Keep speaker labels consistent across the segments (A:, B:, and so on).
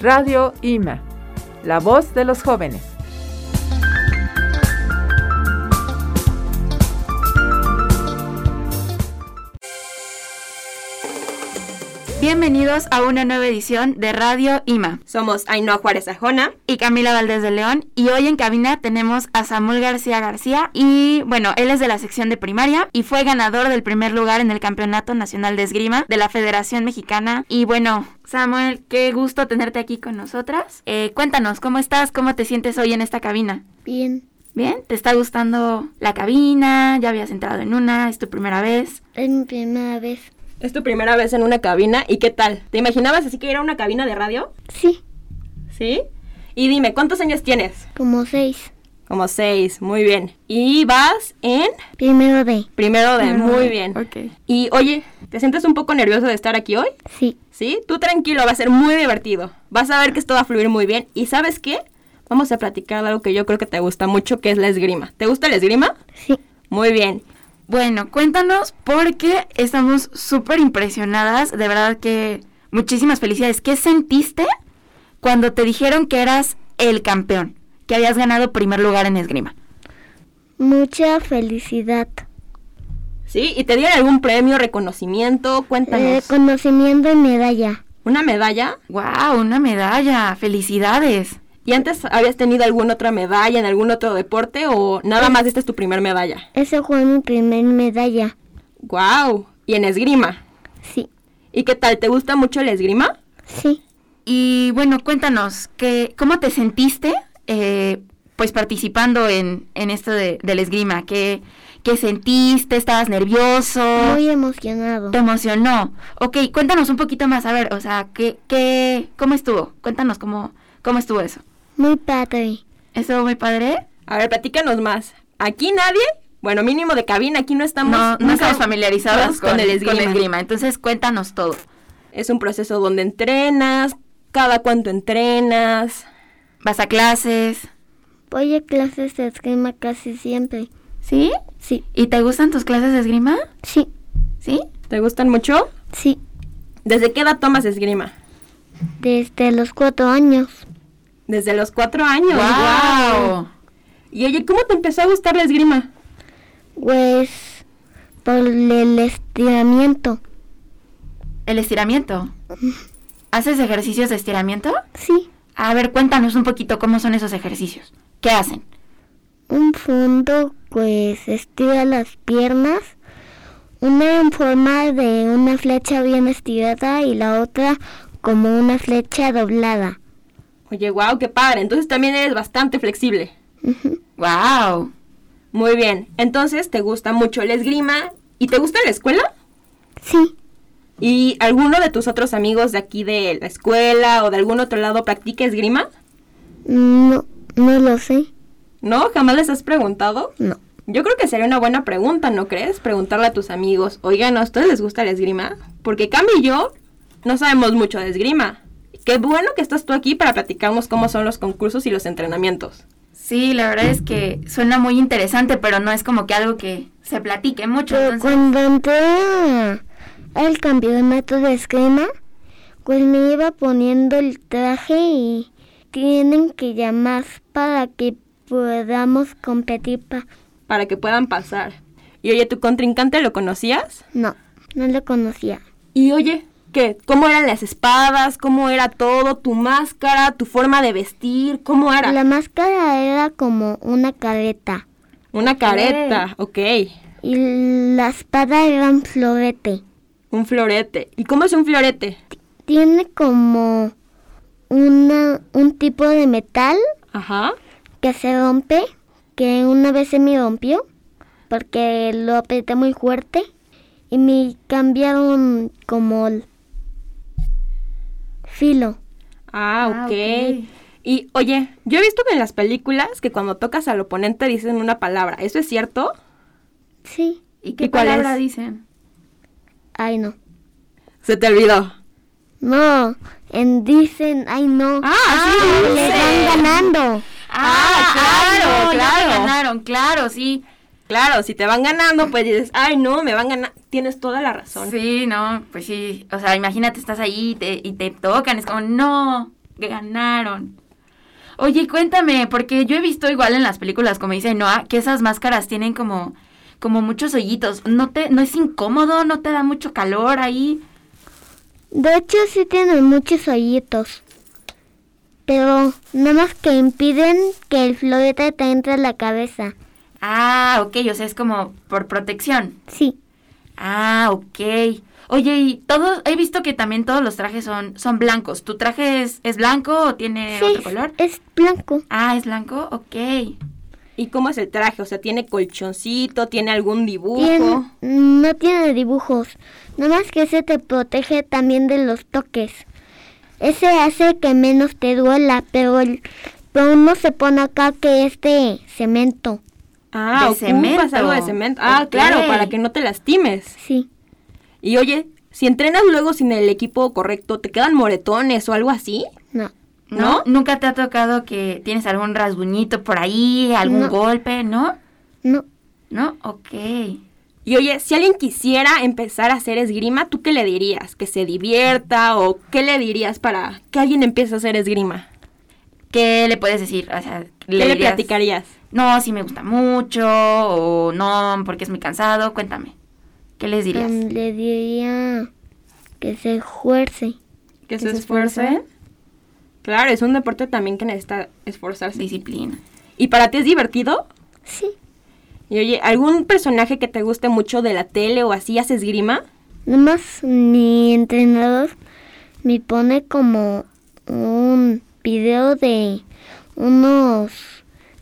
A: Radio IMA, la voz de los jóvenes.
B: Bienvenidos a una nueva edición de Radio IMA.
C: Somos Ainhoa Juárez Ajona.
B: Y Camila Valdés de León. Y hoy en cabina tenemos a Samuel García García. Y bueno, él es de la sección de primaria y fue ganador del primer lugar en el Campeonato Nacional de Esgrima de la Federación Mexicana. Y bueno, Samuel, qué gusto tenerte aquí con nosotras. Eh, cuéntanos, ¿cómo estás? ¿Cómo te sientes hoy en esta cabina?
D: Bien.
B: ¿Bien? ¿Te está gustando la cabina? ¿Ya habías entrado en una? ¿Es tu primera vez?
D: Es mi primera vez.
C: Es tu primera vez en una cabina y ¿qué tal? ¿Te imaginabas así que era una cabina de radio?
D: Sí,
C: ¿Sí? Y dime, ¿cuántos años tienes?
D: como seis.
C: Como seis, muy bien. Y vas en
D: Primero B.
C: primero de, muy bien.
B: Ok.
C: Y oye, ¿te sientes un poco nervioso de estar aquí hoy?
D: Sí.
C: Sí, tú tranquilo, va a ser muy divertido. Vas a ver que esto va a fluir muy bien. ¿Y sabes qué? Vamos a platicar de algo que yo creo que te gusta mucho, que es la esgrima. ¿Te gusta la esgrima?
D: Sí.
C: Muy bien.
B: Bueno, cuéntanos porque estamos súper impresionadas. De verdad que muchísimas felicidades. ¿Qué sentiste cuando te dijeron que eras el campeón? Que habías ganado primer lugar en esgrima.
D: Mucha felicidad.
C: ¿Sí? ¿Y te dieron algún premio, reconocimiento?
D: Eh,
C: Cuéntanos.
D: conocimiento y medalla.
C: ¿Una medalla?
B: ¡Wow! Una medalla. ¡Felicidades!
C: ¿Y antes habías tenido alguna otra medalla en algún otro deporte o nada más esta es tu primer medalla?
D: Esa fue mi primer medalla.
C: ¡Guau! Y en esgrima.
D: Sí,
C: ¿Y qué tal? ¿Te gusta mucho el esgrima?
D: sí.
B: Y bueno, cuéntanos, ¿qué, ¿cómo te sentiste eh, pues participando en, en esto de, del esgrima? ¿Qué, ¿Qué sentiste? ¿Estabas nervioso?
D: Muy emocionado.
B: ¿Te emocionó? Ok, cuéntanos un poquito más, a ver, o sea, ¿qué, qué, ¿cómo estuvo? Cuéntanos cómo, cómo estuvo eso.
D: Muy padre.
B: ¿Estuvo muy padre?
C: A ver, platícanos más. ¿Aquí nadie? Bueno, mínimo de cabina, aquí no estamos...
B: No, no
C: nunca-
B: estamos familiarizados
C: con, el esgrima.
B: entonces cuéntanos todo.
C: Es un proceso donde entrenas, cada cuánto entrenas.
B: ¿Vas a clases?
D: Voy a clases de esgrima casi siempre.
B: ¿Sí?
D: Sí,
B: ¿Y te gustan tus clases de esgrima?
D: sí,
B: ¿Sí?
C: ¿Te gustan mucho?
D: sí.
C: ¿Desde qué edad tomas esgrima?
D: Desde los cuatro años.
C: Desde los cuatro años.
B: ¡Wow!
C: Y oye, ¿cómo te empezó a gustar la esgrima?
D: Pues por el estiramiento.
B: El estiramiento. ¿Haces ejercicios de estiramiento?
D: Sí.
B: A ver, cuéntanos un poquito cómo son esos ejercicios. ¿Qué hacen?
D: un fondo pues estira las piernas una en forma de una flecha bien estirada y la otra como una flecha doblada
C: Oye, wow, qué padre. Entonces también eres bastante flexible.
D: Ujú.
B: ¡Wow!
C: Muy bien. Entonces te gusta mucho el esgrima y te gusta la escuela.
D: sí
C: ¿Y alguno de tus otros amigos de aquí de la escuela o de algún otro lado practica esgrima?
D: no no lo sé
C: ¿No? ¿Jamás les has preguntado?
D: no
C: Yo creo que sería una buena pregunta, ¿no crees? Preguntarle a tus amigos, oigan, ¿a ustedes les gusta la esgrima? Porque Cami y yo no sabemos mucho de esgrima. Qué bueno que estás tú aquí para platicarnos cómo son los concursos y los entrenamientos.
B: Sí, la verdad es que suena muy interesante, pero no es como que algo que se platique mucho.
D: pero
B: entonces-
D: cuando entré al campeonato de esgrima pues me iba poniendo el traje y tienen que llamar para que podamos competir pa
C: para que puedan pasar. Y oye, ¿tu contrincante lo conocías?
D: no no lo conocía
C: Y oye, ¿qué? ¿Cómo eran las espadas? ¿Cómo era todo? ¿Tu máscara? ¿Tu forma de vestir? ¿Cómo era?
D: La máscara era como una careta
C: Una careta, ok.
D: y la espada era un florete.
C: Un florete. ¿Y cómo es un florete?
D: Tiene como una, un tipo de metal
C: Ajá.
D: que se rompe, que una vez se me rompió porque lo apreté muy fuerte y me cambiaron como el filo.
C: Ah,
B: Ah,
C: ok.
B: ok.
C: Y oye, yo he visto que en las películas que cuando tocas al oponente dicen una palabra. ¿Eso es cierto?
D: Sí,
B: ¿Y qué
C: ¿y cuál
B: palabra
C: es?
B: dicen?
D: ay no.
C: Se te olvidó.
D: No, en dicen, ay no.
C: Ah, sí,
D: le
C: dicen.
D: van ganando.
B: Ah,
C: claro,
B: no, ya me
C: claro.
B: Ganaron, claro, sí.
C: Claro, si te van ganando, pues dices, ay, no, me van ganando. Tienes toda la razón.
B: Sí, no, pues sí. O sea, imagínate, estás ahí y te, y te tocan, es como, no, ganaron. Oye, cuéntame, porque yo he visto igual en las películas, como dice Noah, que esas máscaras tienen como, como muchos hoyitos. ¿No, te, ¿No es incómodo? ¿No te da mucho calor ahí?
D: De hecho, sí tienen muchos hoyitos. Pero nada más que impiden que el florete te entre a la cabeza.
B: Ah, ok, o sea, es como por protección.
D: Sí.
B: Ah, ok. Oye, y todos, he visto que también todos los trajes son, son blancos. ¿Tu traje es, es blanco o tiene
D: sí,
B: otro color?
D: Es blanco.
B: Ah, es blanco, ok.
C: ¿Y cómo es el traje? O sea, ¿tiene colchoncito? ¿Tiene algún dibujo?
D: Tiene- no tiene dibujos. Nada más que ese te protege también de los toques. Ese hace que menos te duela, pero, el, pero uno se pone acá que es de cemento.
B: de
C: Ah, ocupas
B: cemento.
C: algo de cemento. Ah,
B: Ok.
C: claro, para que no te lastimes.
D: Sí.
C: Y oye, si entrenas luego sin el equipo correcto, ¿te quedan moretones o algo así?
D: No.
B: ¿No?
C: ¿No?
B: ¿Nunca te ha tocado que tienes algún rasguñito por ahí, algún
D: No.
B: golpe? ¿No?
D: No.
B: ¿No? Ok.
C: Y oye, si alguien quisiera empezar a hacer esgrima, ¿tú qué le dirías? ¿Que se divierta o qué le dirías para que alguien empiece a hacer esgrima?
B: ¿Qué le puedes decir? O sea,
C: ¿Qué le,
B: dirías,
C: platicarías?
B: No, sí me gusta mucho, o no, porque es muy cansado. Cuéntame. ¿Qué les dirías?
C: Em,
D: Mm, le diría que se esfuerce.
C: Que, se, esfuerce. Claro, es un deporte también que necesita esforzarse.
B: Disciplina.
C: ¿Y para ti es divertido?
D: Sí.
C: Y oye, ¿algún personaje que te guste mucho de la tele o así haces esgrima?
D: Nada más mi entrenador me pone como un video de unos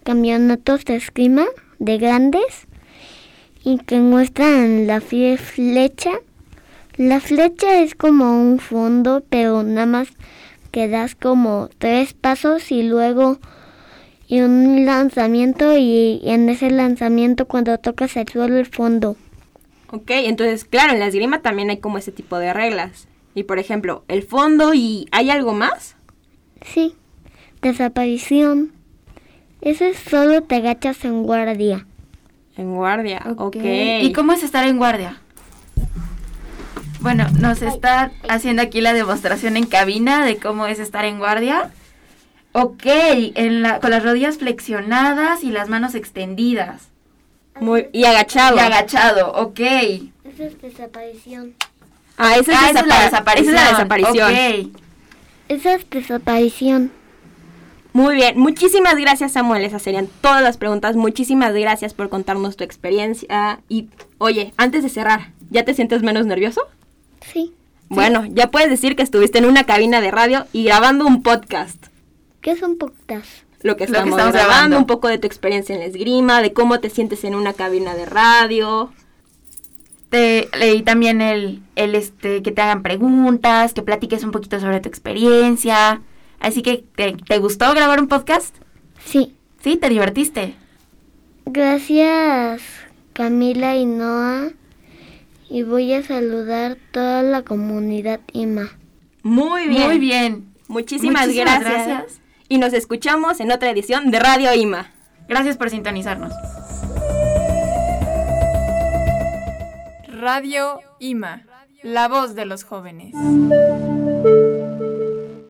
D: campeonatos de esgrima de grandes y que muestran la fie- flecha. La flecha es como un fondo, pero nada más que das como tres pasos y luego y un lanzamiento y en ese lanzamiento cuando tocas el suelo el fondo.
C: Ok, entonces, claro, en la esgrima también hay como ese tipo de reglas. Y por ejemplo, el fondo y ¿hay algo más?
D: Sí, desaparición. Eso es solo te agachas en guardia.
C: En guardia, ok.
B: ¿Y cómo es estar en guardia? Bueno, nos está haciendo aquí la demostración en cabina de cómo es estar en guardia. Ok, en la- con las rodillas flexionadas y las manos extendidas.
C: Muy- y agachado.
B: Y agachado, ok.
D: Eso es desaparición.
C: Ah, esa es,
B: Ah, esa es la
C: desapa-
B: desaparición.
C: esa es la desaparición.
B: Ok.
D: Eso es desaparición.
C: Muy bien, muchísimas gracias Samuel, esas serían todas las preguntas. Muchísimas gracias por contarnos tu experiencia. Y oye, antes de cerrar, ¿ya te sientes menos nervioso?
D: Sí.
C: Bueno, ya puedes decir que estuviste en una cabina de radio y grabando un podcast.
D: ¿Qué son podcast?
C: Lo que
B: Lo que
C: estamos,
B: estamos
C: grabando,
B: grabando.
C: un poco de tu experiencia en la esgrima, de cómo te sientes en una cabina de radio.
B: Te, leí también el, el este, que te hagan preguntas, que platiques un poquito sobre tu experiencia. Así que, ¿te, te gustó grabar un podcast?
D: Sí.
B: Sí, te divertiste.
D: Gracias Camila y Noah. Y voy a saludar toda la comunidad IMA.
C: Muy bien.
B: Muy bien.
C: Muchísimas,
B: Muchísimas
C: gracias.
B: gracias.
C: Y nos escuchamos en otra edición de Radio IMA.
B: Gracias por sintonizarnos.
A: Radio IMA, la voz de los jóvenes.